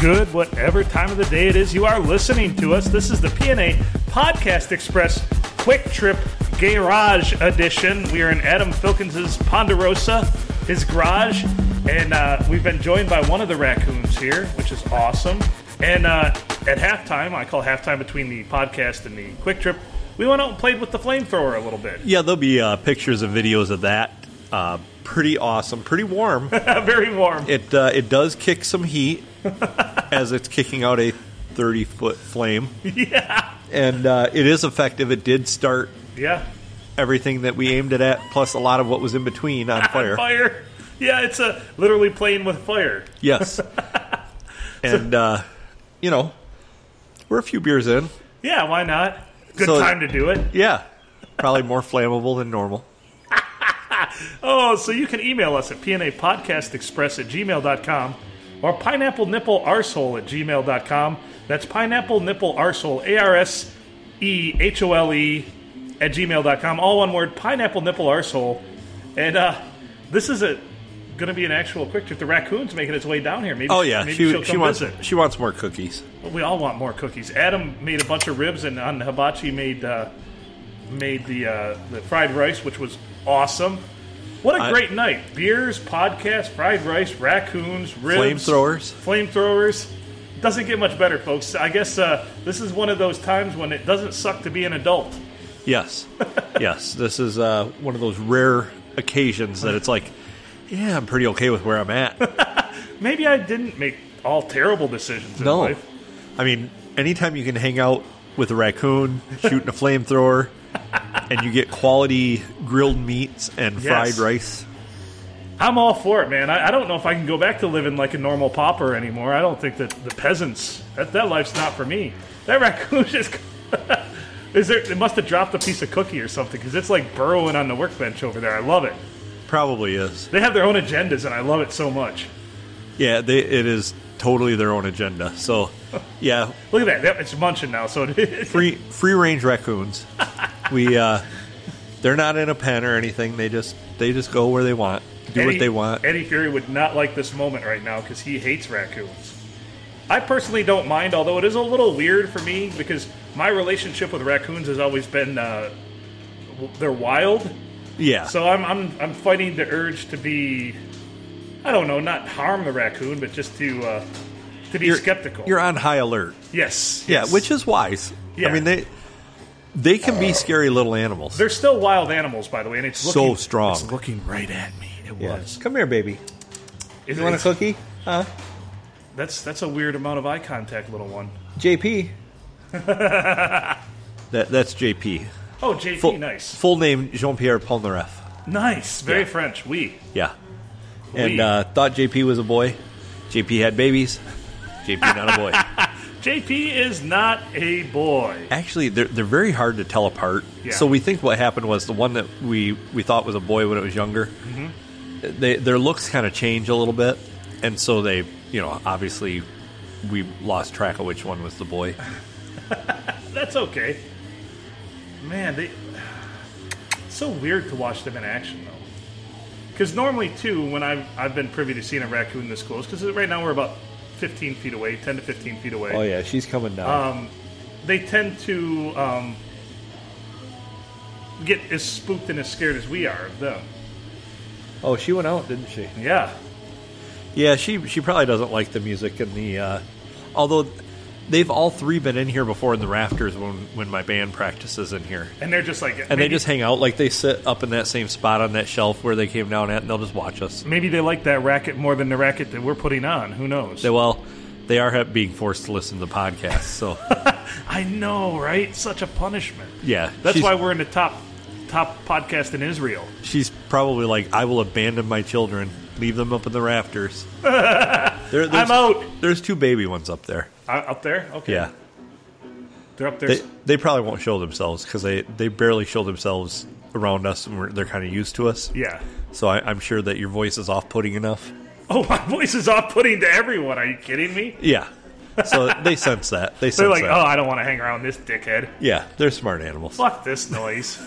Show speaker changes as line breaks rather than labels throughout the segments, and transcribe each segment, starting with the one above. good, whatever time of the day it is you are listening to us. This is the PNA Podcast Express Quick Trip Garage Edition. We are in Adam Filkins's Ponderosa, his garage, and uh, we've been joined by one of the raccoons here, which is awesome. And uh, at halftime, I call halftime between the podcast and the Quick Trip, we went out and played with the flamethrower a little bit.
Yeah, there'll be uh, pictures and videos of that. Uh, pretty awesome, pretty warm.
Very warm.
it uh, it does kick some heat as it's kicking out a thirty foot flame,
yeah,
and uh, it is effective. It did start
yeah.
everything that we aimed it at, plus a lot of what was in between on fire.
Fire. Yeah, it's a literally playing with fire.
Yes, and uh, you know, we're a few beers in.
Yeah, why not? Good
So-
time to do it.
Yeah, probably more flammable than normal.
Oh, so you can email us at pnapodcastexpress at gmail.com or pineapple nipple arsehole at gmail.com. That's pineapple nipple arsehole, A R S E H O L E, at gmail.com. All one word, pineapple nipple arsehole. And uh, this is a going to be an actual quick trip. The raccoon's making its way down here. Maybe,
Oh yeah,
maybe
she
she'll
she
come
wants
visit.
she wants more cookies.
We all want more cookies. Adam made a bunch of ribs, and on hibachi made uh, made the uh, the fried rice, which was awesome. What a
I-
great night! Beers, podcast, fried rice, raccoons, ribs,
Flamethrowers.
flamethrowers. Doesn't get much better, folks. I guess uh, this is one of those times when it doesn't suck to be an adult.
Yes, yes. This is uh, one of those rare occasions that it's like, yeah, I'm pretty okay with where I'm at.
Maybe I didn't make all terrible decisions in
No,
life.
I mean, anytime you can hang out with a raccoon shooting a flamethrower, and you get quality grilled meats and
Yes.
fried rice.
I'm all for it, man. I, I don't know if I can go back to living like a normal pauper anymore. I don't think that the peasants that, that life's not for me. That raccoon just is there. It must have dropped a piece of cookie or something because it's like burrowing on the workbench over there. I love it.
Probably is.
They have their own agendas, and I love it so much.
Yeah, they, it is totally their own agenda. So, yeah,
Look at that. that it's munching now. So it,
free free range raccoons. We uh, they're not in a pen or anything. They just they just go where they want, do what they want.
Eddie Fury would not like this moment right now because he hates raccoons. I personally don't mind, although it is a little weird for me because my relationship with raccoons has always been uh, w- they're wild.
Yeah.
So I'm, I'm I'm fighting the urge to be, I don't know, not harm the raccoon, but just to uh, to be skeptical.
You're on high alert.
yes,
Yeah,
yes.
which is wise.
Yeah.
I mean they they can be scary little animals.
they're still wild animals, by the way, and it's
So
looking,
strong.
It's looking right at me. It was.
Come here, baby.
It-
You want a
it's-
cookie? Huh?
That's that's a weird amount of eye contact, little one.
JP. that that's JP.
Oh, JP,
Full,
nice,
Full name Jean Pierre Polnareff.
nice, very
Yeah.
French. We
Yeah.
Oui.
And uh, thought JP was a boy. JP had babies. JP not a boy.
JP is not a boy.
Actually, they're, they're very hard to tell apart.
Yeah.
So we think what happened was the one that we, we thought was a boy when it was younger, they, their looks kind of change a little bit. And so they, you know, obviously we lost track of which one was the boy.
That's okay. Man, they it's so weird to watch them in action though. Because normally too, when I've I've been privy to seeing a raccoon this close, because right now we're about 15 feet away, 10 to 15 feet away.
Oh, yeah, she's coming down.
They tend to um, get as spooked and as scared as we are of them.
oh, she went out, didn't she?
Yeah,
Yeah, she she probably doesn't like the music and the. Uh, although they've all three been in here before in the rafters when when my band practices in here,
and they're just like
and they just hang out like they sit up in that same spot on that shelf where they came down at, and they'll just watch us.
maybe they like that racket more than the racket that we're putting on. Who knows?
They, well, they are ha- being forced to listen to the podcast, so
I know, right? Such a punishment.
yeah,
That's
she's,
why we're in the top top podcast in Israel.
she's probably like, I will abandon my children, leave them up in the rafters. There- there's-
I'm out.
There's two baby ones up there.
Uh, up there? Okay.
Yeah.
They're up there.
They, they probably won't show themselves because they, they barely show themselves around us and we're, they're kind of used to us.
yeah.
So I, I'm sure that your voice is off putting enough.
Oh, my voice is off putting to everyone. Are you kidding me?
Yeah. So they sense that. They sense
They're like,
that.
oh, I don't want to hang around this dickhead.
Yeah, they're smart animals.
Fuck this noise.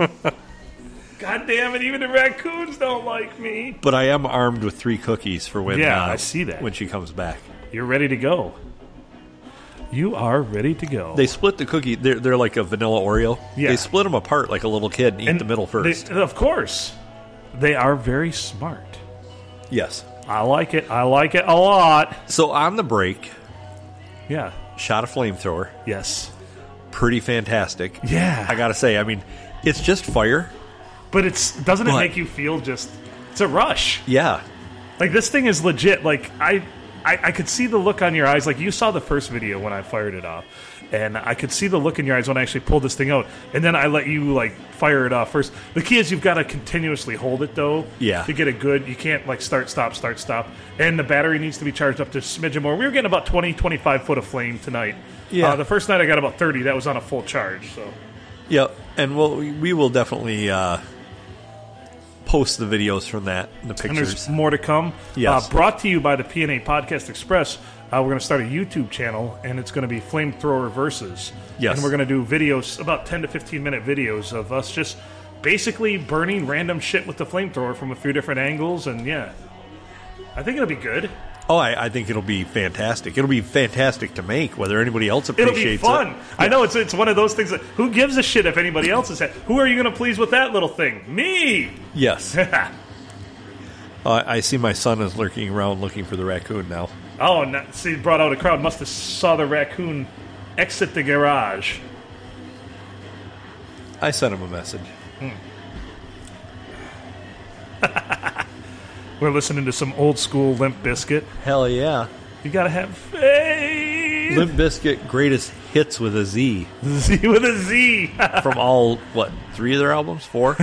God damn it, even the raccoons don't like me.
But I am armed with three cookies for when
Yeah,
uh,
I see that.
when she comes back.
You're ready to go. You are ready to go.
They split the cookie. They're, they're like a vanilla Oreo.
Yeah.
They split them apart like a little kid and eat the middle first.
They, of course. They are very smart.
yes.
I like it. I like it a lot.
So on the break,
Yeah.
shot a flamethrower.
Yes.
Pretty fantastic.
Yeah.
I gotta say, I mean, it's just fire.
But it's doesn't it
But-
make you feel just it's a rush.
Yeah.
Like this thing is legit. Like I, I, I could see the look on your eyes. Like you saw the first video when I fired it off, and I could see the look in your eyes when I actually pulled this thing out. And then I let you like fire it off first. The key is you've got to continuously hold it though.
Yeah.
To get a good, you can't like start, stop, start, stop. And the battery needs to be charged up to a smidgen more. We were getting about 20, 25 foot of flame tonight.
Yeah.
Uh, the first night I got about thirty. That was on a full charge. So
Yep. And we'll, we will definitely uh, post the videos from that and the
And there's
pictures.
more to come.
Yes.
Uh, brought to you by the PNA Podcast Express. Uh, we're going to start a YouTube channel, and it's going to be Flamethrower Versus.
Yes.
And we're going to do videos, about 10 to 15 minute videos of us just basically burning random shit with the flamethrower from a few different angles. And yeah, I think it'll be good.
Oh, I, I think it'll be fantastic. It'll be fantastic to make, whether anybody else
It'll
appreciates
be fun.
it.
I know it's it's one of those things that who gives a shit if anybody else is. Ha- who are you going to please with that little thing? Me.
Yes. Uh, I see my son is lurking around looking for the raccoon now.
Oh, and that, see, brought out a crowd. Must have saw the raccoon exit the garage.
I sent him a message.
We're listening to some old school Limp Biscuit.
Hell yeah.
You gotta have faith.
Limp Biscuit greatest hits with a Z
Z with a Z.
from all what three of their albums? Four?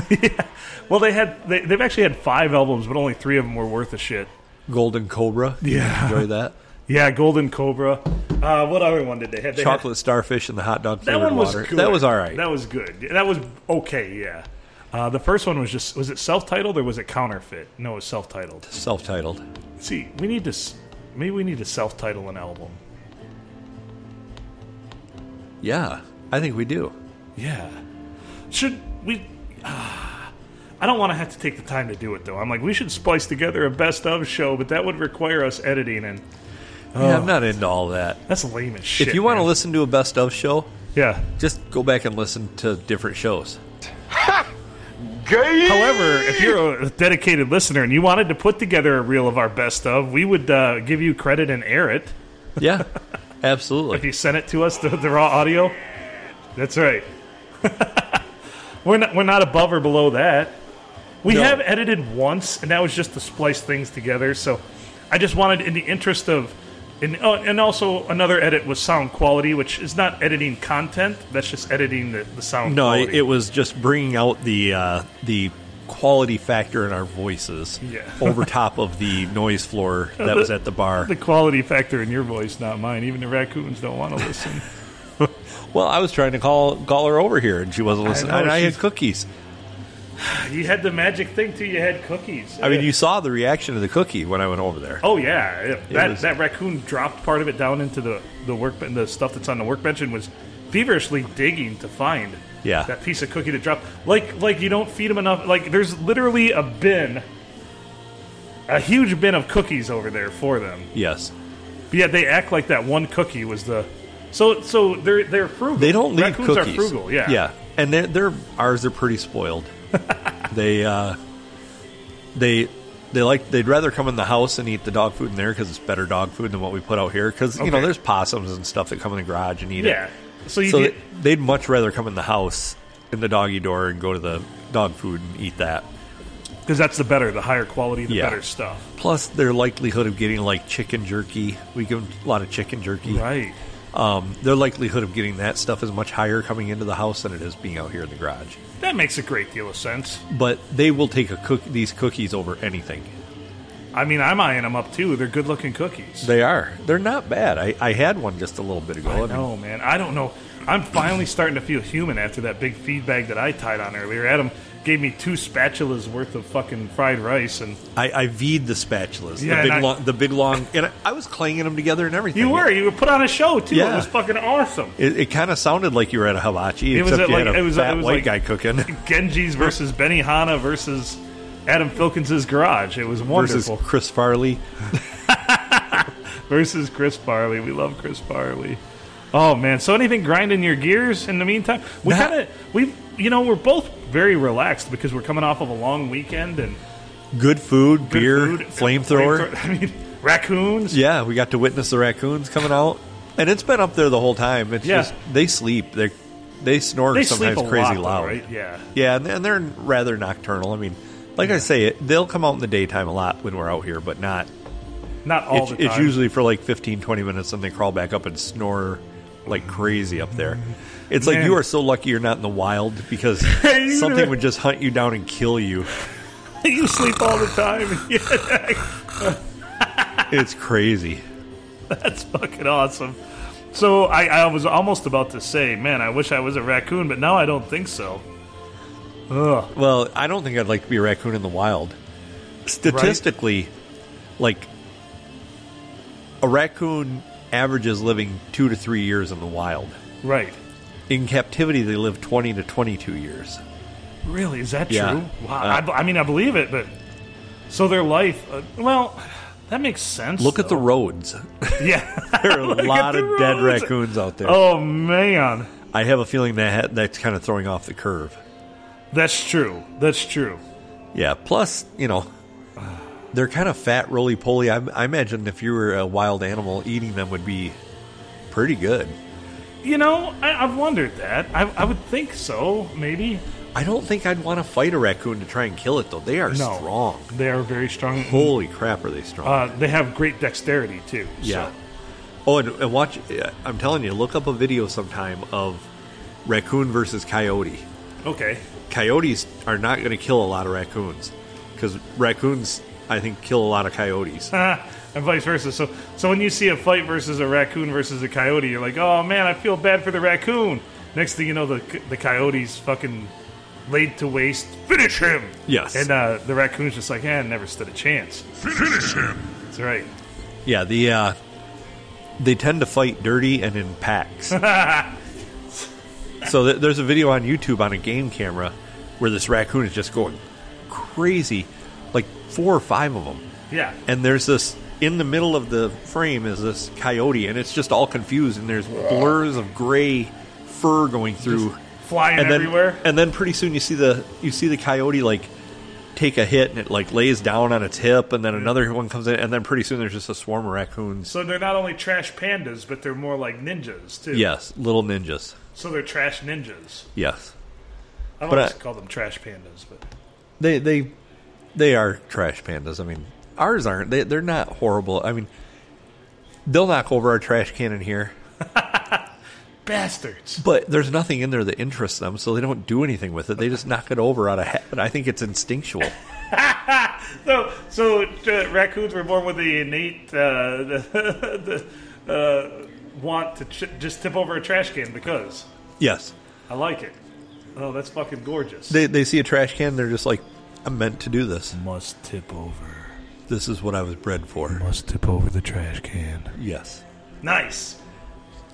well, they had they, they've actually had five albums, but only three of them were worth a shit.
Golden Cobra. Did you
Yeah.
enjoy that.
Yeah, Golden Cobra. Uh, what other one did they have? They had-
Chocolate Starfish and the hot dog
that
flavored
one was
water.
good.
That was all right.
That was good. That was okay. Yeah. Uh, the first one was just was it self titled or was it counterfeit? No, it was self titled.
Self-titled.
See, we need to s- maybe we need to self title an album.
Yeah, I think we do.
Yeah. Should we? ah, I don't want to have to take the time to do it though. I'm like, we should splice together a best of show, but that would require us editing, and
Yeah, I'm not into all that.
that's lame as Oh. shit.
if you want to
man.
listen to a best of show,
yeah.
just go back and listen to different shows.
Gay.
However, if you're a dedicated listener and you wanted to put together a reel of our best of, we would uh, give you credit and air it
Yeah,
if
absolutely.
you sent it to us the, the raw audio. That's right. we're not we're not above or below that. We
No.
have edited once, and that was just to splice things together. So I just wanted, in the interest of, and oh, and also another edit was sound quality, which is not editing content. That's just editing the, the sound.
No,
quality.
it was just bringing out the uh, the quality factor in our voices
Yeah.
over top of the noise floor that was at the bar.
the quality factor in your voice, not mine. Even the raccoons don't want to listen.
Well, I was trying to call call her over here, and she wasn't listening.
know,
and I had
she's-
cookies.
you had the magic thing too. You had cookies.
I mean, you saw the reaction to the cookie when I went over there.
Oh yeah, it- that
was-
that raccoon dropped part of it down into the the work the stuff that's on the workbench and was feverishly digging to find
Yeah.
that piece of cookie that dropped. Like like you don't feed him enough. Like there's literally a bin, a huge bin of cookies over there for them.
Yes,
But yeah, they act like that one cookie was the. So so they're they're frugal.
they don't leave
raccoons
cookies.
are frugal. Yeah
yeah, and their their ours are pretty spoiled. they uh, they they like they'd rather come in the house and eat the dog food in there because it's better dog food than what we put out here. Because you know,
Okay.
there's possums and stuff that come in the garage and eat
yeah.
it.
So you
so
get,
they- they'd much rather come in the house in the doggy door and go to the dog food and eat that.
because that's the better, the higher quality, the
Yeah.
better stuff.
Plus, their likelihood of getting like chicken jerky. We give 'em a lot of chicken jerky.
Right.
Um, their likelihood of getting that stuff is much higher coming into the house than it is being out here in the garage.
That makes a great deal of sense.
But they will take a cook- these cookies over anything.
I mean, I'm eyeing them up too. They're good looking cookies.
They are. They're not bad. I, I had one just a little bit ago. I
I
mean,
know, man. I don't know. I'm finally starting to feel human after that big feed bag that I tied on earlier. Adam gave me two spatulas worth of fucking fried rice, and
I, I viewed the spatulas,
Yeah,
the big
and I-
long, the big long, and I, I was clanging them together and everything.
you were you were put on a show too. It
Yeah.
was fucking awesome.
It, it kind of sounded like you were at a hibachi,
It was
except
at,
you
like-
had a
it was-
fat
it was
white
like-
guy cooking
Genji's versus Benihana versus Adam Filkins' garage. It was
versus
wonderful.
Chris Farley.
versus Chris Farley. We love Chris Farley. Oh man! So anything grinding your gears in the meantime? We
Not-
kind of we you know we're both very relaxed because we're coming off of a long weekend and
Good
good
food, beer,
food,
flamethrower.
flamethrower- I mean, raccoons.
Yeah, we got to witness the raccoons coming out, and it's been up there the whole time. It's
Yeah.
just they sleep. They they snore
They
sometimes
sleep a
crazy
lot, though,
loud.
right? Yeah.
Yeah, and- and they're rather nocturnal. I mean, like I say, it- they'll come out in the daytime a lot when we're out here, but not.
Not all
It's,
the time.
it's usually for like 15, 20 minutes, and they crawl back up and snore like crazy up there. It's like
Man.
you are so lucky you're not in the wild because
You're
something
right.
would just hunt you down and kill you.
you sleep all the time. Yeah,
It's crazy.
that's fucking awesome. So I, I was almost about to say, man, I wish I was a raccoon, but now I don't think so. Ugh.
Well, I don't think I'd like to be a raccoon in the wild. Statistically, like a raccoon averages living two to three years in the wild.
Right.
In captivity, they live 20 to 22 years.
Really? Is that
Yeah.
true? Wow.
Uh,
I b I I, mean, I believe it, but so their life. Uh, well, that makes sense.
Look at the roads.
the yeah.
There are
Look
a
at
lot
the
of dead
roads.
raccoons out there.
Oh man,
I have a feeling that ha- that's kind of throwing off the curve.
that's true. That's true.
Yeah. Plus, you know, they're kind of fat, roly poly. I, I imagine if you were a wild animal, eating them would be pretty good.
You know, I, I've wondered that. I, I would think so. Maybe.
I don't think I'd want to fight a raccoon to try and kill it, though. They are
No.
strong. Oh.
They are very strong.
Holy crap, are they strong?
Uh, they have great dexterity too.
yeah.
So.
Oh, and, and watch. I'm telling you, look up a video sometime of raccoon versus coyote.
Okay.
Coyotes are not going to kill a lot of raccoons because raccoons, I think, kill a lot of coyotes.
Ah, and vice versa. So, so when you see a fight versus a raccoon versus a coyote, you're like, oh man, I feel bad for the raccoon. Next thing you know, the the coyote's fucking laid to waste. Finish him.
Yes.
And uh, the raccoon's just like, eh, never stood a chance. Finish him. That's right.
yeah, the uh, they tend to fight dirty and in packs. so th- there's a video on YouTube on a game camera where this raccoon is just going crazy, like four or five of them.
Yeah.
and there's this in the middle of the frame is this coyote and it's just all confused and there's blurs of gray fur going through
Flying
and then
everywhere.
and then pretty soon you see the you see the coyote like take a hit and it like lays down on its hip and then another one comes in and then pretty soon there's just a swarm of raccoons
So they're not only trash pandas, but they're more like ninjas too.
yes little ninjas
So they're trash ninjas.
yes
I don't
But I-
always call them trash pandas, but
they they they are trash pandas i mean ours aren't they, they're not horrible i mean they'll knock over our trash can in here
bastards.
But there's nothing in there that interests them, so they don't do anything with it. They just knock it over out of habit. I think it's instinctual.
So, so uh, raccoons were born with the innate uh, the, the, uh, want to ch- just tip over a trash can because
yes.
I like it. Oh, that's fucking gorgeous.
They, they see a trash can, they're just like, I'm meant to do this.
Must tip over.
This is what I was bred for.
Must tip over the trash can.
Yes.
nice.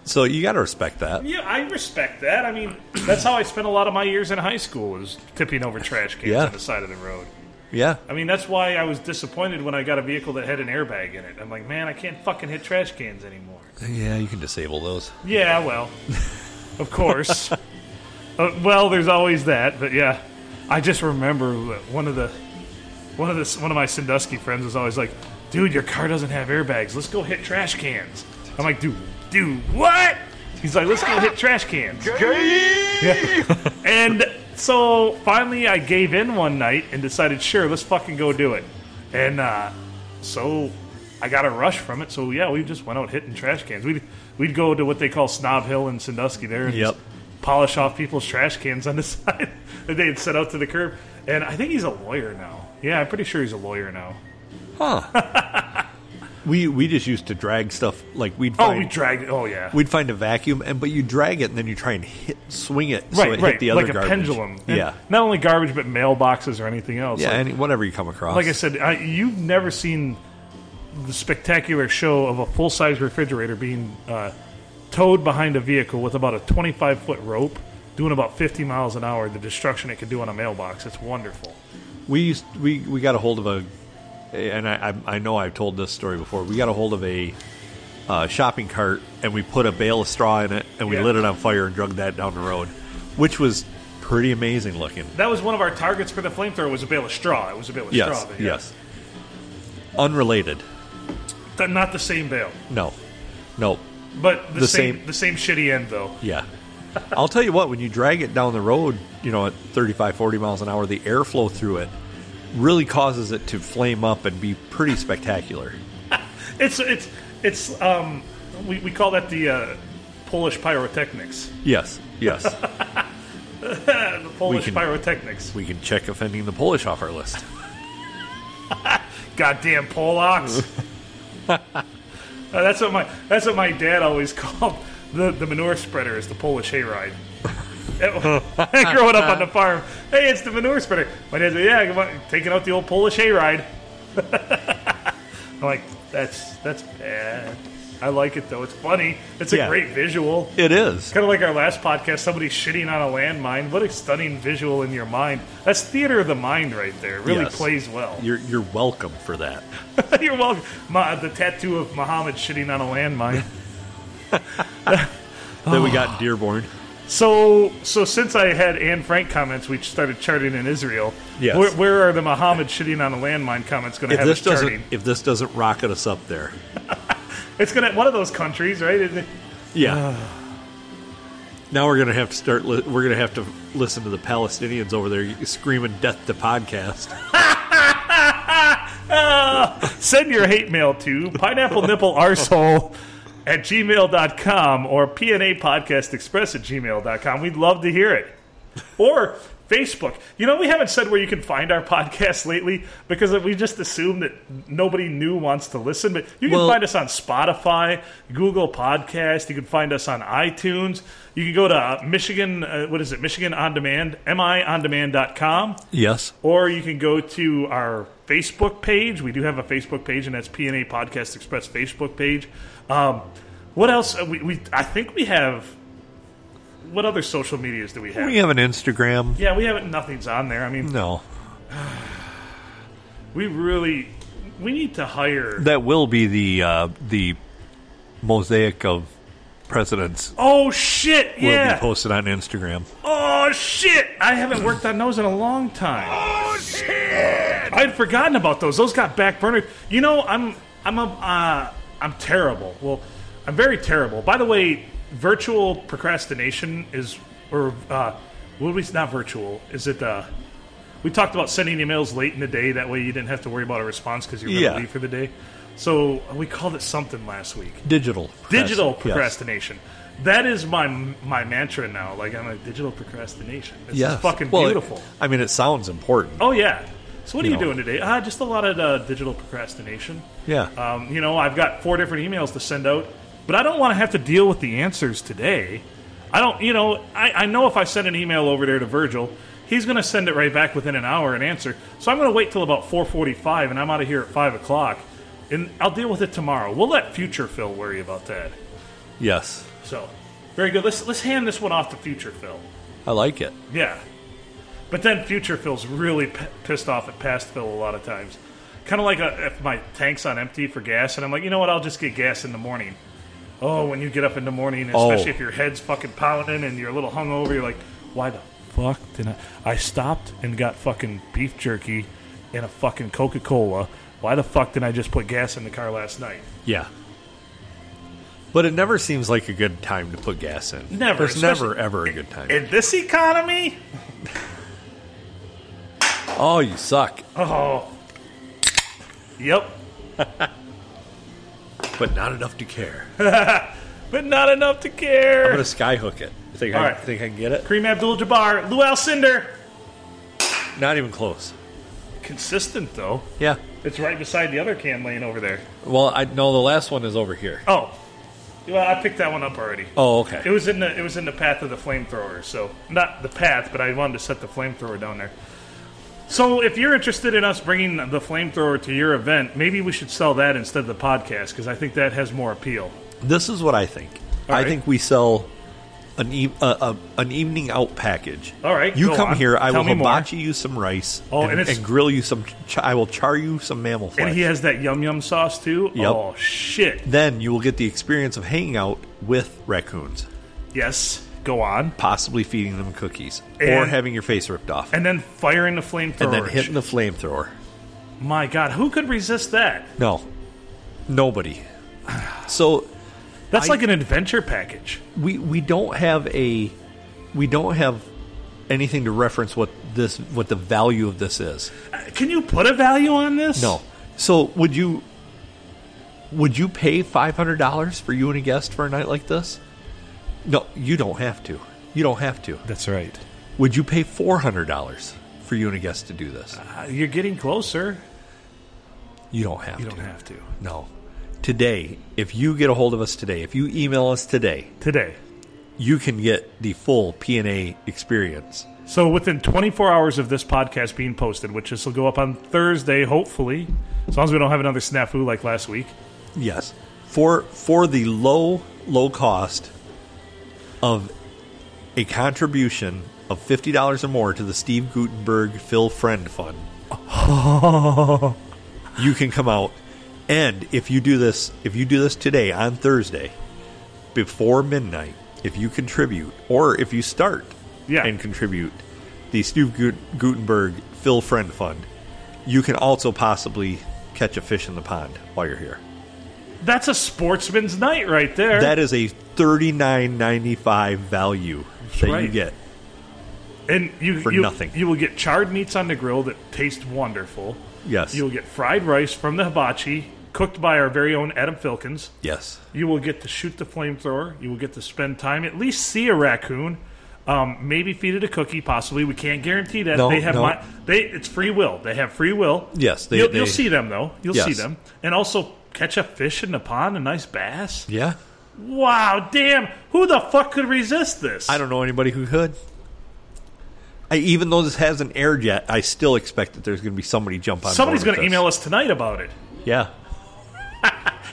So you got to respect that.
Yeah, I respect that. I mean, that's how I spent a lot of my years in high school is tipping over trash cans
Yeah.
on the side of the road.
Yeah.
I mean, that's why I was disappointed when I got a vehicle that had an airbag in it. I'm like, man, I can't fucking hit trash cans anymore.
Yeah, you can disable those.
Yeah, well, of course. uh, well, there's always that, but yeah, I just remember that one of the one of this one of my Sandusky friends was always like, "Dude, your car doesn't have airbags. Let's go hit trash cans." I'm like, "Dude, dude, what?" He's like, "Let's go hit trash cans." Yeah. and so finally, I gave in one night and decided, "Sure, let's fucking go do it." And uh, so I got a rush from it. So yeah, we just went out hitting trash cans. We'd we'd go to what they call Snob Hill in Sandusky there and
Yep.
just polish off people's trash cans on the side that they had set out to the curb. And I think he's a lawyer now. Yeah, I'm pretty sure he's a lawyer now.
Huh. we we just used to drag stuff. Like, we'd
Oh,
find,
we dragged. Oh yeah,
would find a vacuum, and but you drag it, and then you try and hit, swing it so
right,
it
right,
hit the other
like
garbage.
a pendulum. And
Yeah.
not only garbage, but mailboxes or anything else.
Yeah,
Like-
and whatever you come across.
like I said, I, you've never seen the spectacular show of a full size refrigerator being uh, towed behind a vehicle with about a 25 foot rope doing about 50 miles an hour, the destruction it could do on a mailbox. It's wonderful.
we used we we got a hold of a and I, I I know I've told this story before. We got a hold of a uh, shopping cart and we put a bale of straw in it and we
Yeah.
lit it on fire and drug that down the road, which was pretty amazing looking.
That was one of our targets for the flamethrower. Was a bale of straw. It was a bale of
Yes,
straw. but yeah.
yes. Unrelated.
They're not the same bale,
No, no.
but the,
The
same,
same-
the same shitty end though.
Yeah. I'll tell you what, when you drag it down the road, you know, at 35, 40 miles an hour, the airflow through it really causes it to flame up and be pretty spectacular.
It's it's it's um we, we call that the uh, Polish pyrotechnics.
Yes, yes.
The Polish
can-
pyrotechnics.
we can check offending the Polish off our list.
Goddamn Polacks. Uh, that's what my that's what my dad always called the the manure spreader is the Polish hayride. Growing up on the farm, hey, it's the manure spreader. My dad's like, yeah, come on, taking out the old Polish hayride. I'm like, that's that's bad. I like it though. It's funny. It's a
Yeah.
great visual.
It is.
Kind of like our last podcast, somebody shitting on a landmine. What a stunning visual in your mind. That's theater of the mind right there. It Really
Yes.
plays well.
You're, you're welcome for that.
You're welcome. Ma, the tattoo of Muhammad shitting on a landmine.
Then
Oh.
we got Dearborn.
so, so since I had Anne Frank comments, we started charting in Israel.
Yes.
Where, where are the Muhammad shitting on a landmine comments going to
If
have us
this doesn't
charting?
if this doesn't rocket us up there.
It's going to one of those countries, right? Is it-
Yeah. now we're gonna have to start li- we're gonna have to listen to the Palestinians over there screaming death to podcast.
Send your hate mail to pineapple nipple arsehole at gmail.com or pna podcast express at gmail.com. We'd love to hear it. Or Facebook. You know, we haven't said where you can find our podcast lately because we just assume that nobody new wants to listen. But you can
Well-
find us on Spotify, Google Podcast. You can find us on iTunes. You can go to uh, Michigan, uh, what is it, Michigan On Demand, miondemand.com
yes.
or you can go to our Facebook page. We do have a Facebook page, and that's PNA Podcast Express Facebook page. Um, what else? Uh, We, we I think we have. What other social medias do we have?
We have an Instagram.
yeah, we haven't. Nothing's on there. I mean,
No.
we really we need to hire.
That will be the uh, the mosaic of presidents
Oh shit!
will
Yeah.
be posted on Instagram.
Oh shit! I haven't worked on those in a long time. Oh shit! I'd forgotten about those. Those got back burner. You know, I'm I'm a uh, I'm terrible. Well, I'm very terrible. By the way, virtual procrastination is or uh, well, it's not virtual. Is it? Uh, we talked about sending emails late in the day. That way, you didn't have to worry about a response because you were going
Yeah.
to leave for the day. So we called it something last week
Digital.
digital
procrast-
procrastination. That is my my mantra now. Like I'm a digital procrastination. This
Yes.
is fucking
Well, it-
beautiful.
I mean, it sounds important.
oh yeah. So what are
You
you
know.
doing today? Ah, just a lot of uh, digital procrastination.
Yeah.
Um, you know, I've got four different emails to send out, but I don't want to have to deal with the answers today. I don't. You know, I, I know if I send an email over there to Virgil. He's going to send it right back within an hour and answer. So I'm going to wait till about 4:45, and I'm out of here at five o'clock, and I'll deal with it tomorrow. We'll let future Phil worry about that.
yes.
So, very good. Let's let's hand this one off to Future Phil.
I like it.
Yeah, but then Future Phil's really p- pissed off at Past Phil a lot of times. Kind of like a, if my tank's on empty for gas, and I'm like, you know what? I'll just get gas in the morning. Oh, when you get up in the morning, especially
Oh.
if your head's fucking pounding and you're a little hungover, you're like, why the fuck did I? I stopped and got fucking beef jerky and a fucking Coca Cola. Why the fuck did I just put gas in the car last night?
Yeah. But it never seems like a good time to put gas in.
Never,
There's never
especially-
ever a good time.
In this economy,
oh, you suck.
oh, yep.
But not enough to care.
but not enough to
I'm
care.
gonna skyhook it. You think
All
I
right.
think I can get it?
Kareem Abdul-Jabbar, Lou Alcindor.
Not even close.
Consistent though.
Yeah.
It's right beside the other can laying over there.
Well, I no. The last one is over here.
Oh, well, I picked that one up already.
Oh, okay.
It was in the it was in the path of the flamethrower. So not the path, but I wanted to set the flamethrower down there. So if you're interested in us bringing the flamethrower to your event, maybe we should sell that instead of the podcast because I think that has more appeal.
This is what I think.
All
I
right.
think we sell an e- a, a, an evening out package.
All right,
you
go
come
on.
here. I
Tell
will
me more.
hibachi you some rice.
Oh,
and,
and it's-
and grill you some. Ch- I will char you some mammal flesh.
And he has that yum yum sauce too.
Yep.
Oh shit!
then you will get the experience of hanging out with raccoons,
Yes, go on. possibly.
possibly feeding them cookies or
And-
having your face ripped off,
And then firing the flamethrower.
and then hitting the flamethrower.
My God, who could resist that?
No, nobody. So
That's
I-
like an adventure package.
we we don't have a we don't have anything to reference what this what the value of this is.
Uh, Can you put a value on this?
No. So would you would you pay five hundred dollars for you and a guest for a night like this? No, you don't have to. You don't have to.
That's right.
Would you pay four hundred dollars for you and a guest to do this?
Uh, you're getting closer.
You don't have
You
to.
don't have to
No. Today, if you get a hold of us today, if you email us today,
today.
you can get the full P and A experience.
So within 24 hours of this podcast being posted, which this will go up on Thursday, hopefully, as long as we don't have another snafu like last week.
Yes. For for the low low cost of a contribution of fifty dollars or more to the Steve Gutenberg Phil Friend Fund, you can come out. And if you do this, if you do this today on Thursday before midnight, if you contribute or if you start
Yeah.
and contribute the Steve Gut- Gutenberg Phil Friend Fund, you can also possibly catch a fish in the pond while you're here.
That's a sportsman's night right there.
That is a thirty nine ninety five value that you
right.
get.
and you
for
you-
nothing.
You will get charred meats on the grill that taste wonderful.
Yes.
You will get fried rice from the hibachi, cooked by our very own Adam Filkins.
yes.
You will get to shoot the flamethrower. You will get to spend time, at least see a raccoon. Um, maybe feed it a cookie. Possibly, we can't guarantee that.
No,
they have
no.
my, they. It's free will. They have free will.
Yes, they-
you'll, you'll
they-
see them though. You'll see
Yes.
them, and also catch a fish in the pond, a nice bass.
Yeah.
Wow, damn! Who the fuck could resist this?
I don't know anybody who could. I, even though this has an air jet, I still expect that there's going to be somebody jump on.
Somebody's
going
going to email us tonight about it.
Yeah.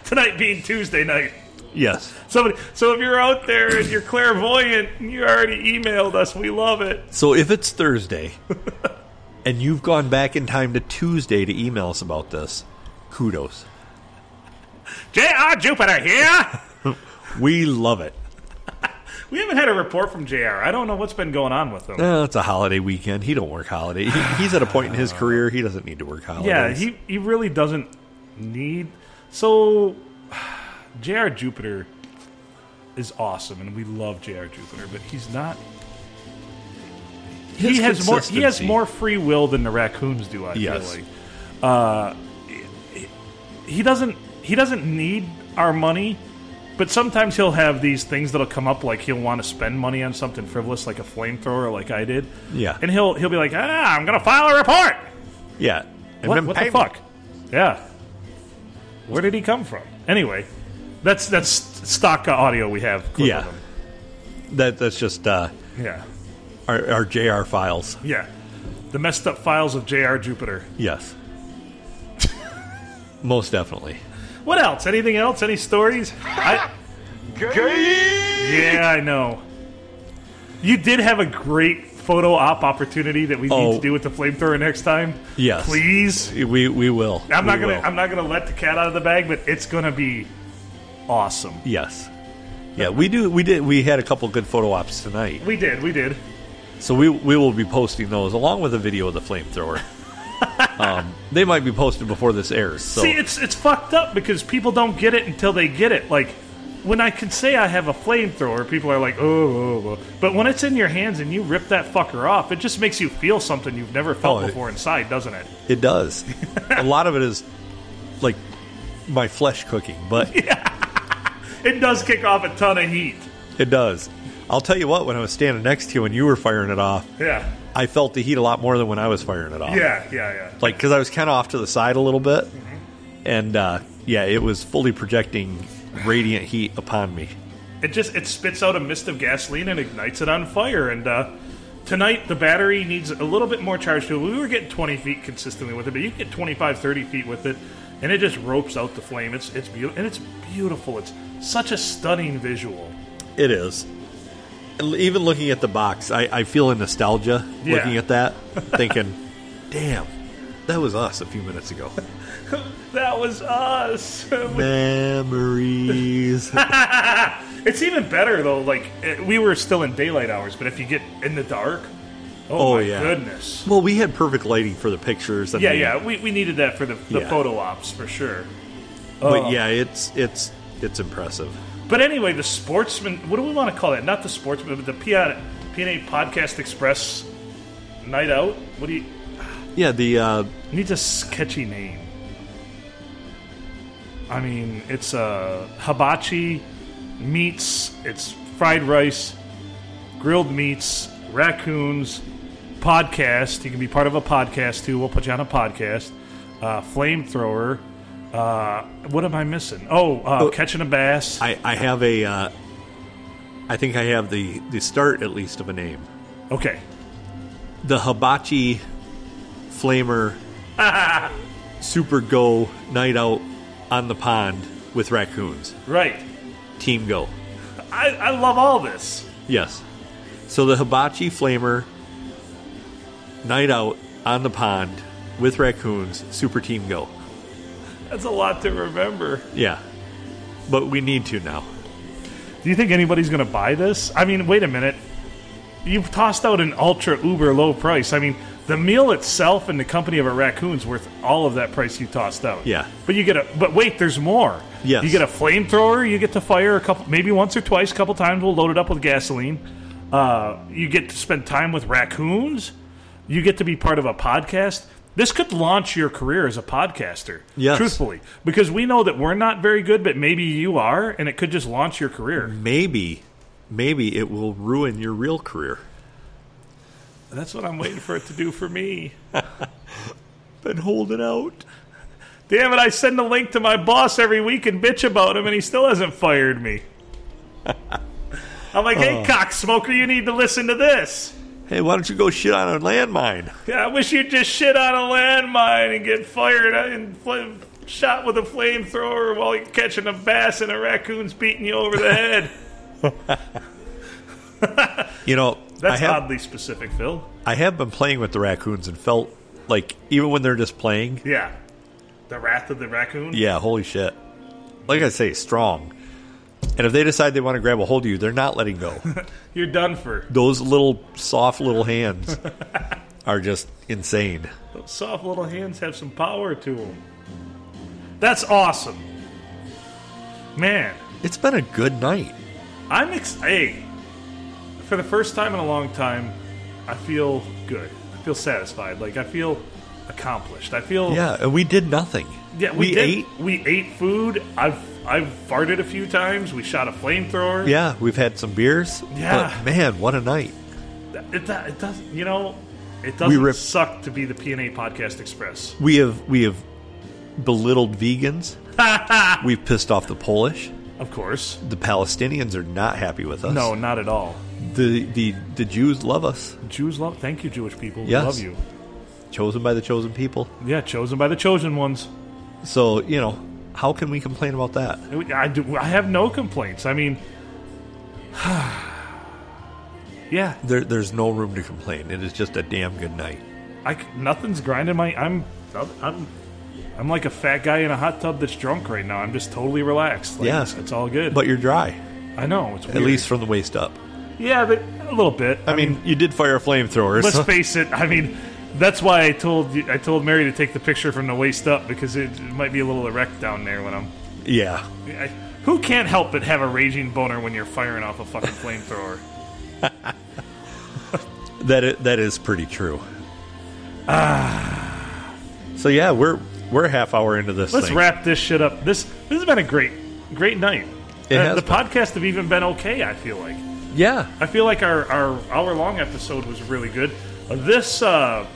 Tonight being Tuesday night.
Yes.
Somebody. So if you're out there and you're clairvoyant and you already emailed us, we love it.
So if it's Thursday, and you've gone back in time to Tuesday to email us about this, kudos.
J.R. Jupiter here.
We love it.
We haven't had a report from JR. I don't know what's been going on with him.
Eh, it's a holiday weekend. He don't work holiday. He, he's at a point in his career he doesn't need to work holidays.
yeah, he, he really doesn't need. So, JR Jupiter is awesome, and we love JR Jupiter, but he's not.
His
he has more. He has
consistency-
more free will than the raccoons do. I
Yes.
feel like. Uh, he doesn't. He doesn't need our money, but sometimes he'll have these things that'll come up, like he'll want to spend money on something frivolous, like a flamethrower, like I did.
Yeah.
and he'll he'll be like, ah, I'm gonna file a report.
Yeah. And
What,
then
what
pay
the
me.
fuck? Yeah. Where did he come from? Anyway, that's that's stock audio we have. clip
Yeah.
of him.
That that's just uh,
yeah,
our, our JR files.
yeah. The messed up files of J.R. Jupiter.
Yes. Most definitely.
What else? Anything else? Any stories? I, yeah, I know. You did have a great photo op opportunity that we
Oh.
need to do with the flamethrower next time.
Yes.
please.
We we will.
I'm
We
not gonna.
will.
I'm not gonna let the cat out of the bag, but it's gonna be awesome.
yes. Yeah, we do. We did. We had a couple good photo ops tonight,
We did. We did.
so we we will be posting those along with a video of the flamethrower. um, they might be posted before this airs. So
See, it's it's fucked up because people don't get it until they get it. Like when I can say I have a flamethrower, people are like, "Oh, oh, oh." but when it's in your hands and you rip that fucker off, it just makes you feel something you've never felt
Oh, it-
before inside, doesn't it?
it does. a lot of it is like my flesh cooking, but
It does kick off a ton of heat.
it does. I'll tell you what. When I was standing next to you and you were firing it off,
Yeah,
I felt the heat a lot more than when I was firing it off.
yeah, Mm-hmm. yeah, yeah.
like because I was kind of off to the side a little bit, and uh, yeah, it was fully projecting radiant heat upon me.
It just it spits out a mist of gasoline and ignites it on fire. And uh, tonight the battery needs a little bit more charge to it. We were getting 20 feet consistently with it, but you can get 25, 30 feet with it, and it just ropes out the flame. It's it's beautiful and it's beautiful. It's such a stunning visual.
It is. even looking at the box, I, I feel a nostalgia
Yeah.
looking at that, thinking, "Damn, that was us a few minutes ago."
That was us.
Memories.
it's even better though. Like it, we were still in daylight hours, but if you get in the dark, oh,
Oh,
my
yeah.
goodness.
well, we had perfect lighting for the pictures. And
Yeah,
the-
yeah. We, we needed that for the, the
Yeah.
photo ops for sure. Oh.
But yeah, it's it's it's impressive.
But anyway, the sportsman. What do we want to call that? Not the sportsman, but the PN, PNA Podcast Express night out. What do you
Yeah, the uh,
it needs a sketchy name? I mean, it's uh, hibachi meats. It's fried rice, grilled meats, raccoons, podcast. You can be part of a podcast too. We'll put you on a podcast. Uh, flamethrower. Uh, what am I missing? Oh, uh, catching a bass.
I I have a. Uh, I think I have the the start at least of a name.
okay.
the hibachi flamer super go night out on the pond with raccoons
Right.
team go
I, I love all this.
yes so the hibachi flamer night out on the pond with raccoons super team go
That's a lot to remember.
yeah but we need to now
Do you think anybody's going to buy this? I mean, wait a minute. You've tossed out an ultra uber low price. I mean, the meal itself and the company of a raccoon's worth all of that price you tossed out.
Yeah.
But you get a but wait, there's more.
Yes.
You get a flamethrower, you get to fire a couple maybe once or twice, a couple times we'll load it up with gasoline. Uh, you get to spend time with raccoons. You get to be part of a podcast. This could launch your career as a podcaster.
Yes.
Truthfully. Because we know that we're not very good, but maybe you are, and it could just launch your career.
maybe maybe it will ruin your real career
That's what I'm waiting for it to do for me.
then hold it out
Damn it, I send a link to my boss every week and bitch about him, and he still hasn't fired me. I'm like, hey, cocksmoker, you need to listen to this.
hey why don't you go shit on a landmine
Yeah, I wish you'd just shit on a landmine and get fired uh, and fl- shot with a flamethrower while you're catching a bass and a raccoon's beating you over the head.
you know
That's
I have,
oddly specific, Phil.
I have been playing with the raccoons and felt like even when they're just playing,
Yeah. The wrath of the raccoon?
yeah, holy shit. Like I say, strong. And if they decide they want to grab a hold of you, they're not letting go.
You're done for.
Those little soft little hands are just insane.
Those soft little hands have some power to them. That's awesome. Man,
It's been a good night.
I'm ex- hey, for the first time in a long time, I feel good. I feel satisfied. Like I feel accomplished. I feel
Yeah, and we did nothing.
Yeah, we, did-
ate.
We ate food. I've I've farted a few times. We shot a flamethrower.
Yeah, we've had some beers.
Yeah.
But man, what a night.
It, do- it doesn't. You know, it doesn't
rip-
suck to be the PNA Podcast Express.
We have we have belittled vegans. We've pissed off the Polish.
Of course.
The Palestinians are not happy with us.
No, not at all.
The the the Jews love us.
Jews love. Thank you, Jewish people.
Yes.
We love you.
chosen by the chosen people.
Yeah, chosen by the chosen ones.
So, you know, how can we complain about that?
I, do, I have no complaints. I mean, yeah,
There, there's no room to complain. It is just a damn good night.
I c nothing's grinding my. I'm, I'm, I'm like a fat guy in a hot tub that's drunk right now. I'm just totally relaxed. Like,
Yes.
it's all good.
But you're dry,
I know it's
at
weird.
least from the waist up.
yeah, but a little bit.
I, mean, you did fire a flamethrower.
Let's
so-
face it. I mean, that's why I told you- I told Mary to take the picture from the waist up because it, it might be a little erect down there when I'm.
yeah.
I, who can't help but have a raging boner when you're firing off a fucking flamethrower?
That i- that is pretty true. Ah. So yeah, we're we're a half hour into this
Let's
thing.
wrap this shit up. This this has been a great great night.
It
Uh,
has
the
been.
podcasts have even been okay. I feel like
Yeah.
I feel like our our hour long episode was really good. Uh, This uh,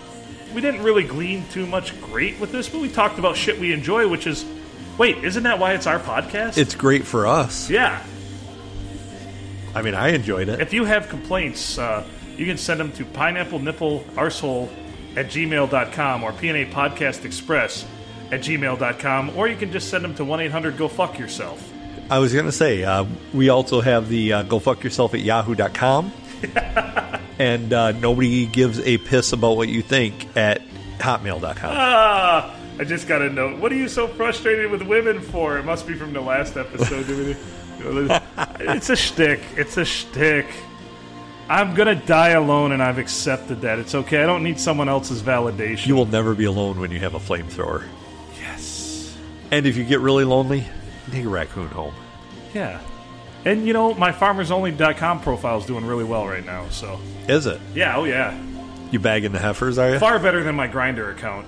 we didn't really glean too much great with this, but we talked about shit we enjoy, which is wait, isn't that why it's our podcast?
It's great for us.
yeah.
I mean, I enjoyed it.
If you have complaints, uh, you can send them to pineapple nipple arsehole at gmail.com or PNA Podcast Express at gmail.com, or you can just send them to 1 800 Go Fuck Yourself.
I was going to say, uh, we also have the uh, go fuck yourself at yahoo.com. and uh, nobody gives a piss about what you think at hotmail.com.
Ah, I just got a note. What are you so frustrated with women for? It must be from the last episode. it's a shtick. It's a shtick. I'm gonna die alone, and I've accepted that. It's okay. I don't need someone else's validation.
You will never be alone when you have a flamethrower.
yes.
And if you get really lonely, take a raccoon home.
Yeah. And you know, my farmersonly.com profile is doing really well right now. So
Is it?
yeah, oh yeah,
You bagging the heifers, are you?
far better than my grinder account.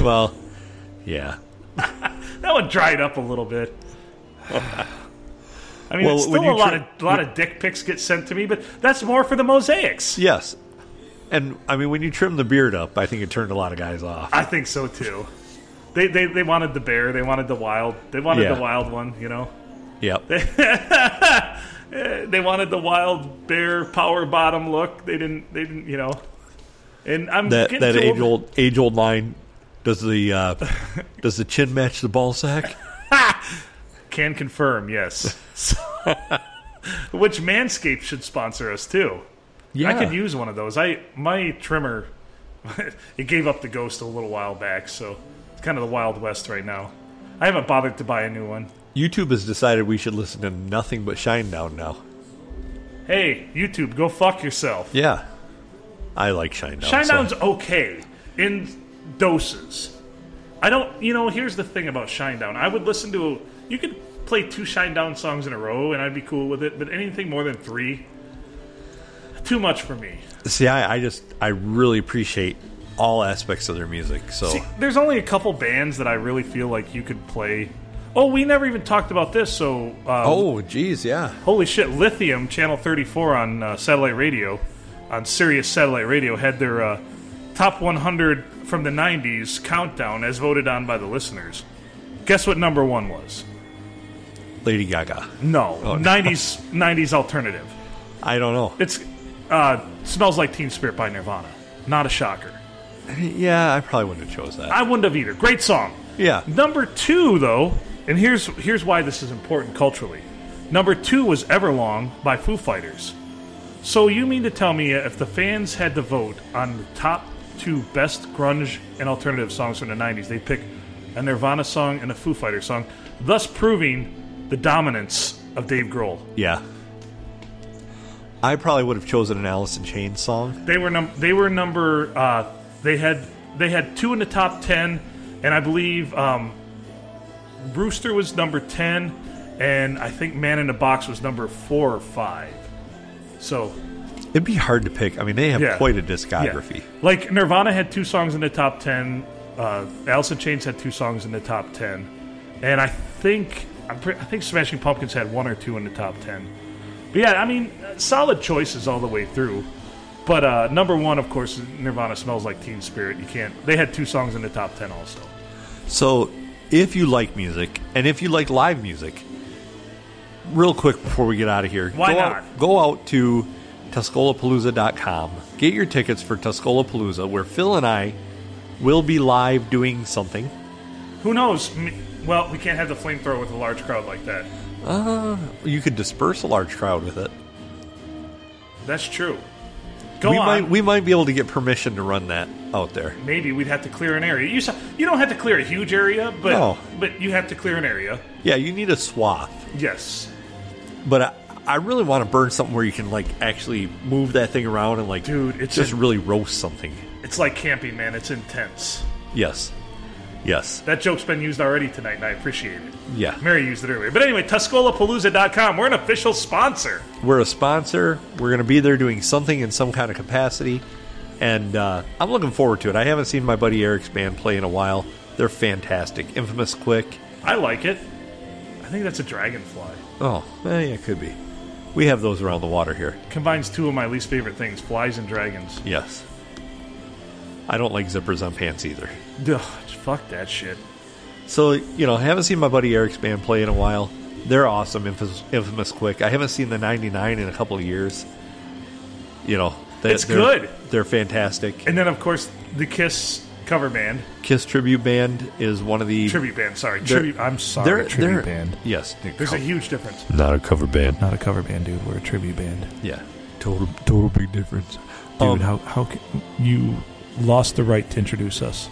well, yeah.
That one dried up a little bit. I mean,
Well,
it's still
when
a
you
lot
tr-
of lot of dick pics get sent to me, but that's more for the mosaics.
Yes. And I mean, when you trim the beard up, I think it turned a lot of guys off.
I think so too. They, they they wanted the bear. They wanted the wild. They wanted
Yeah.
the wild one. You know,
Yep.
Eh, they wanted the wild bear power bottom look. They didn't. They didn't. You know. And I'm
that
getting
that
to
age
a-
old age old line. Does the uh, does the chin match the ball sack?
Can confirm, yes. So- Which Manscaped should sponsor us too. I could use one of those. I my trimmer, it gave up the ghost a little while back, so it's kind of the wild west right now. I haven't bothered to buy a new one.
YouTube has decided we should listen to nothing but Shinedown now.
Hey, YouTube, go fuck yourself.
Yeah, I like Shinedown.
Shinedown's
so-
okay in doses. I don't, you know, here's the thing about Shinedown. I would listen to, you could play two Shinedown songs in a row and I'd be cool with it, but anything more than three, too much for me.
see, I, I just I really appreciate all aspects of their music. So
See, there's only a couple bands that I really feel like you could play. Oh, we never even talked about this, so um,
oh, geez, yeah,
holy shit, Lithium, Channel 34 on uh, satellite radio, on Sirius Satellite Radio, had their uh, top 100 from the 90s countdown as voted on by the listeners. Guess what number one was?
Lady Gaga.
No,
Oh, no.
90s 90s alternative.
I don't know.
It's uh, smells like Teen Spirit by Nirvana. Not a shocker.
Yeah, I probably wouldn't have chose that.
I wouldn't have either. Great song.
Yeah,
Number two, though, and here's here's why this is important culturally. Number two was Everlong by Foo Fighters. So you mean to tell me if the fans had to vote on the top two best grunge and alternative songs from the '90s, they'd pick a Nirvana song and a Foo Fighters song, thus proving the dominance of Dave Grohl.
yeah. I probably would have chosen an Alice in Chains song.
They were num- they were number uh, they had they had two in the top ten, and I believe um, Rooster was number ten, and I think Man in a Box was number four or five. So
It'd be hard to pick. I mean, they have
Yeah.
quite a
yeah.
discography.
like Nirvana had two songs in the top ten, uh, Alice in Chains had two songs in the top ten, and I think I'm pre- I think Smashing Pumpkins had one or two in the top ten. But yeah, I mean, uh, solid choices all the way through. But uh, number one, of course, Nirvana smells like Teen Spirit. You can't. They had two songs in the top ten, also.
So, if you like music and if you like live music, real quick before we get out of here,
Why
go
not?
Out, go out to Tuscolapalooza.com, get your tickets for Tuscolapalooza, where Phil and I will be live doing something.
Who knows? M- Well, we can't have the flamethrower with a large crowd like that.
Uh, you could disperse a large crowd with it.
That's true. Go
we
on.
might we might be able to get permission to run that out there.
Maybe we'd have to clear an area. You saw, you don't have to clear a huge area, but
No.
but you have to clear an area.
Yeah, you need a swath,
Yes.
but I, I really want to burn something where you can like actually move that thing around and like
Dude, it's
just
a-
really roast something.
It's like camping, man. It's intense.
Yes. Yes.
That joke's been used already tonight, and I appreciate it.
Yeah.
Mary used it earlier. But anyway, TuscolaPalooza.com. We're an official sponsor.
We're a sponsor. We're going to be there doing something in some kind of capacity. And uh, I'm looking forward to it. I haven't seen my buddy Eric's band play in a while. They're fantastic. Infamous Quick.
I like it. I think that's a dragonfly.
Oh, eh, yeah, could be. We have those around the water here.
Combines two of my least favorite things flies and dragons.
Yes. I don't like zippers on pants either.
Ugh, fuck that shit.
So, you know, I haven't seen my buddy Eric's band play in a while. They're awesome, Infamous, Infamous Quick. I haven't seen the 99 in a couple of years. You know, they,
It's
they're-
good.
They're fantastic.
And then, of course, the Kiss cover band,
Kiss tribute band is one of the
tribute band. Sorry,
They're-
tribute. I'm sorry.
they're-
tribute
they're-
band.
Yes,
There's a huge difference.
not a cover band.
Not a cover band, dude. We're a tribute band.
Yeah,
Total, total big difference. Dude,
Um,
how how ca you lost the right to introduce us?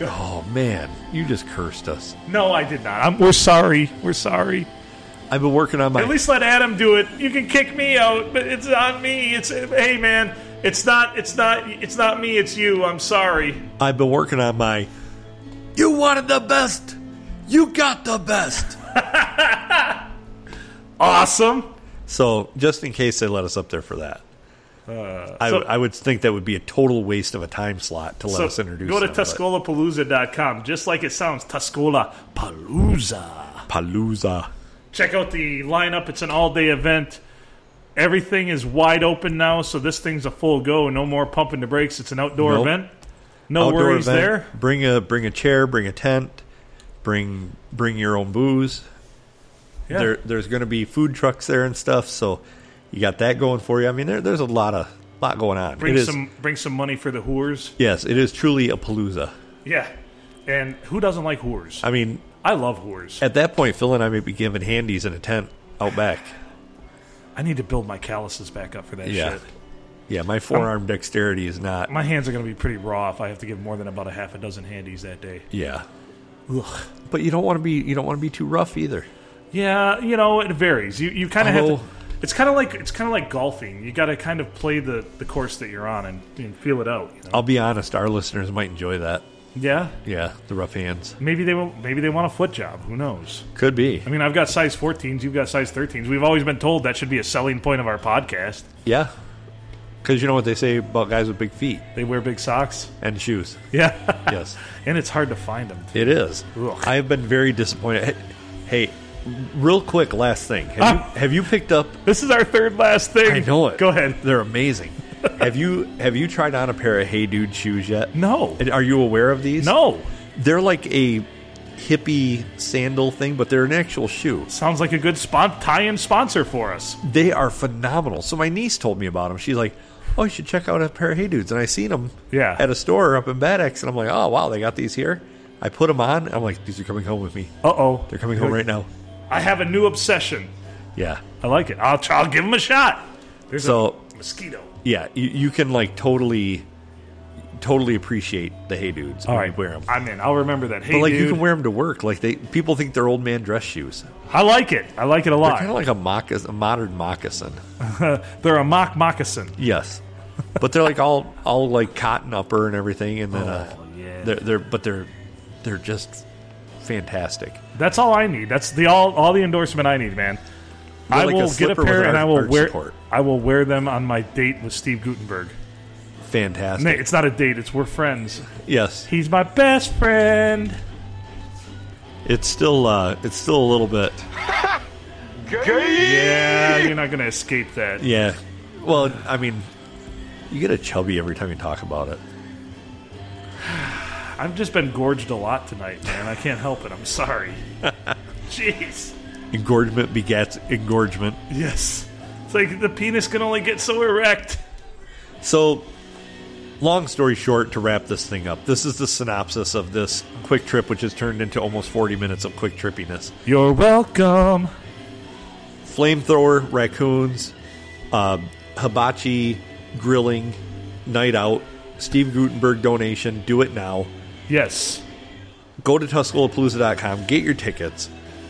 Oh man, you just cursed us.
No, I did not. I'm, we're sorry. We're sorry.
I've been working on my.
At least let Adam do it. You can kick me out, but it's on me. It's hey man, it's not it's not it's not me, it's you. I'm sorry.
I've been working on my. You wanted the best. You got the best.
Awesome.
so just in case they let us up there for that. I,
Uh, so-
I would think that would be a total waste of a time slot to let us introduce.
go to
them, but-
tuscolapalooza.com, just like it sounds, Tuscola Palooza.
Palooza.
Check out the lineup. It's an all-day event. Everything is wide open now, so this thing's a full go. No more pumping the brakes. It's an outdoor
Nope.
event. No
Outdoor
worries
event.
there.
Bring a bring a chair. Bring a tent. Bring bring your own booze.
Yeah.
There, there's going to be food trucks there and stuff, so you got that going for you. I mean, there, there's a lot of lot going on.
Bring
It is-
some bring some money for the whores.
Yes, it is truly a palooza.
Yeah. And who doesn't like whores?
I mean,
I love whores.
at that point, Phil and I may be giving handies in a tent out back.
I need to build my calluses back up for that
Yeah.
shit.
Yeah, my forearm dexterity is not.
My hands are going to be pretty raw if I have to give more than about a half a dozen handies that day.
Yeah,
Ugh.
but you don't want to be you don't want to be too rough either.
Yeah, you know it varies. You you kind of have
Although-
to. It's kind of like it's kind of like golfing. You got to kind of play the, the course that you're on and, and feel it out. You know?
I'll be honest, our listeners might enjoy that.
Yeah,
Yeah, the rough hands
maybe they will. Maybe they want a foot job. Who knows?
could be.
I mean, I've got size 14s. You've got size 13s. We've always been told that should be a selling point of our podcast.
Yeah, because you know what they say about guys with big feet
They wear big socks.
and shoes.
Yeah,
Yes.
and it's hard to find them.
It is.
Ugh.
I have been very disappointed. Hey, hey, real quick, last thing. Have,
Ah.
you, have you picked up?
This is our third last thing.
I know it.
Go ahead.
They're amazing. have you have you tried on a pair of Hey Dude shoes yet?
No,
And Are you aware of these?
no.
They're like a hippie sandal thing, but they're an actual shoe.
Sounds like a good spon- tie-in sponsor for us.
They are phenomenal. So my niece told me about them. She's like, "Oh, you should check out a pair of Hey Dudes." And I seen them
Yeah.
at a store up in Bad Axe, and I'm like, "Oh wow, they got these here." I put them on. I'm like, "These are coming home with me.
Uh oh,
They're coming home right now."
I have a new obsession.
Yeah.
I like it. I'll, I'll give him a shot. There's
So-
a mosquito.
Yeah, you, you can like totally, totally appreciate the hey dudes when you wear them.
I'm in. I'll remember that. Hey,
but like
dude,
you can wear them to work. Like they people think they're old man dress shoes.
I like it. I like it a
Kind
lot.
of like a moccasin, a modern moccasin.
They're a mock moccasin.
Yes, but they're like all all like cotton upper and everything, and then uh,
yeah.
they're they're but they're they're just fantastic.
That's all I need. That's the all all the endorsement I need, man.
They're
I
like a
will get a
slipper with
pair and
arch-
I will
arch
wear.
support.
I will wear them on my date with Steve Gutenberg.
Fantastic.
Nate, it's not a date. It's we're friends.
Yes,
He's my best friend.
it's still uh, it's still a little bit.
Yeah, you're not gonna escape that.
Yeah. Well, I mean, you get a chubby every time you talk about it.
I've just been gorged a lot tonight, man. I can't help it. I'm sorry. Jeez.
Engorgement begets engorgement.
Yes. It's like the penis can only get so erect.
So, long story short, to wrap this thing up, this is the synopsis of this quick trip, which has turned into almost 40 minutes of quick trippiness.
You're welcome.
Flamethrower, raccoons, uh, hibachi, grilling, night out, Steve Gutenberg donation, do it now.
Yes.
Go to Tuscalapalooza.com, get your tickets,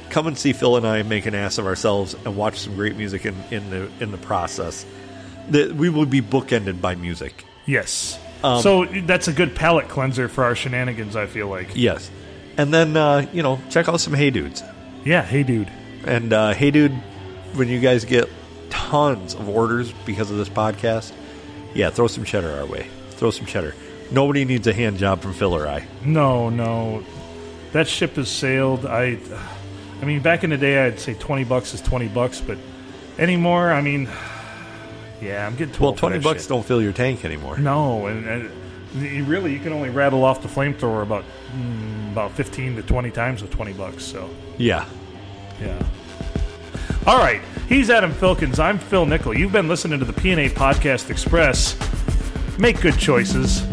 come and see Phil and I make an ass of ourselves and watch some great music in, in, the, in the process. The, we will be bookended by music.
Yes.
Um,
so that's a good palate cleanser for our shenanigans, I feel like.
Yes. And then, uh, you know, check out some Hey Dudes.
Yeah, hey, dude.
And uh, hey, dude, when you guys get tons of orders because of this podcast, yeah, throw some cheddar our way. Throw some cheddar. Nobody needs a hand job from Phil or I.
No, no. That ship has sailed. I I mean, back in the day, I'd say 20 bucks is 20 bucks, but anymore, I mean, yeah, I'm getting too
Well,
old for
twenty
that shit.
bucks
Mm-hmm.
don't fill your tank anymore.
No, and, and you really you can only rattle off the flamethrower about mm, about fifteen to twenty times with twenty bucks. So
Yeah,
yeah. All right, he's Adam Filkins. I'm Phil Nickel. You've been listening to the PNA Podcast Express. Make good choices.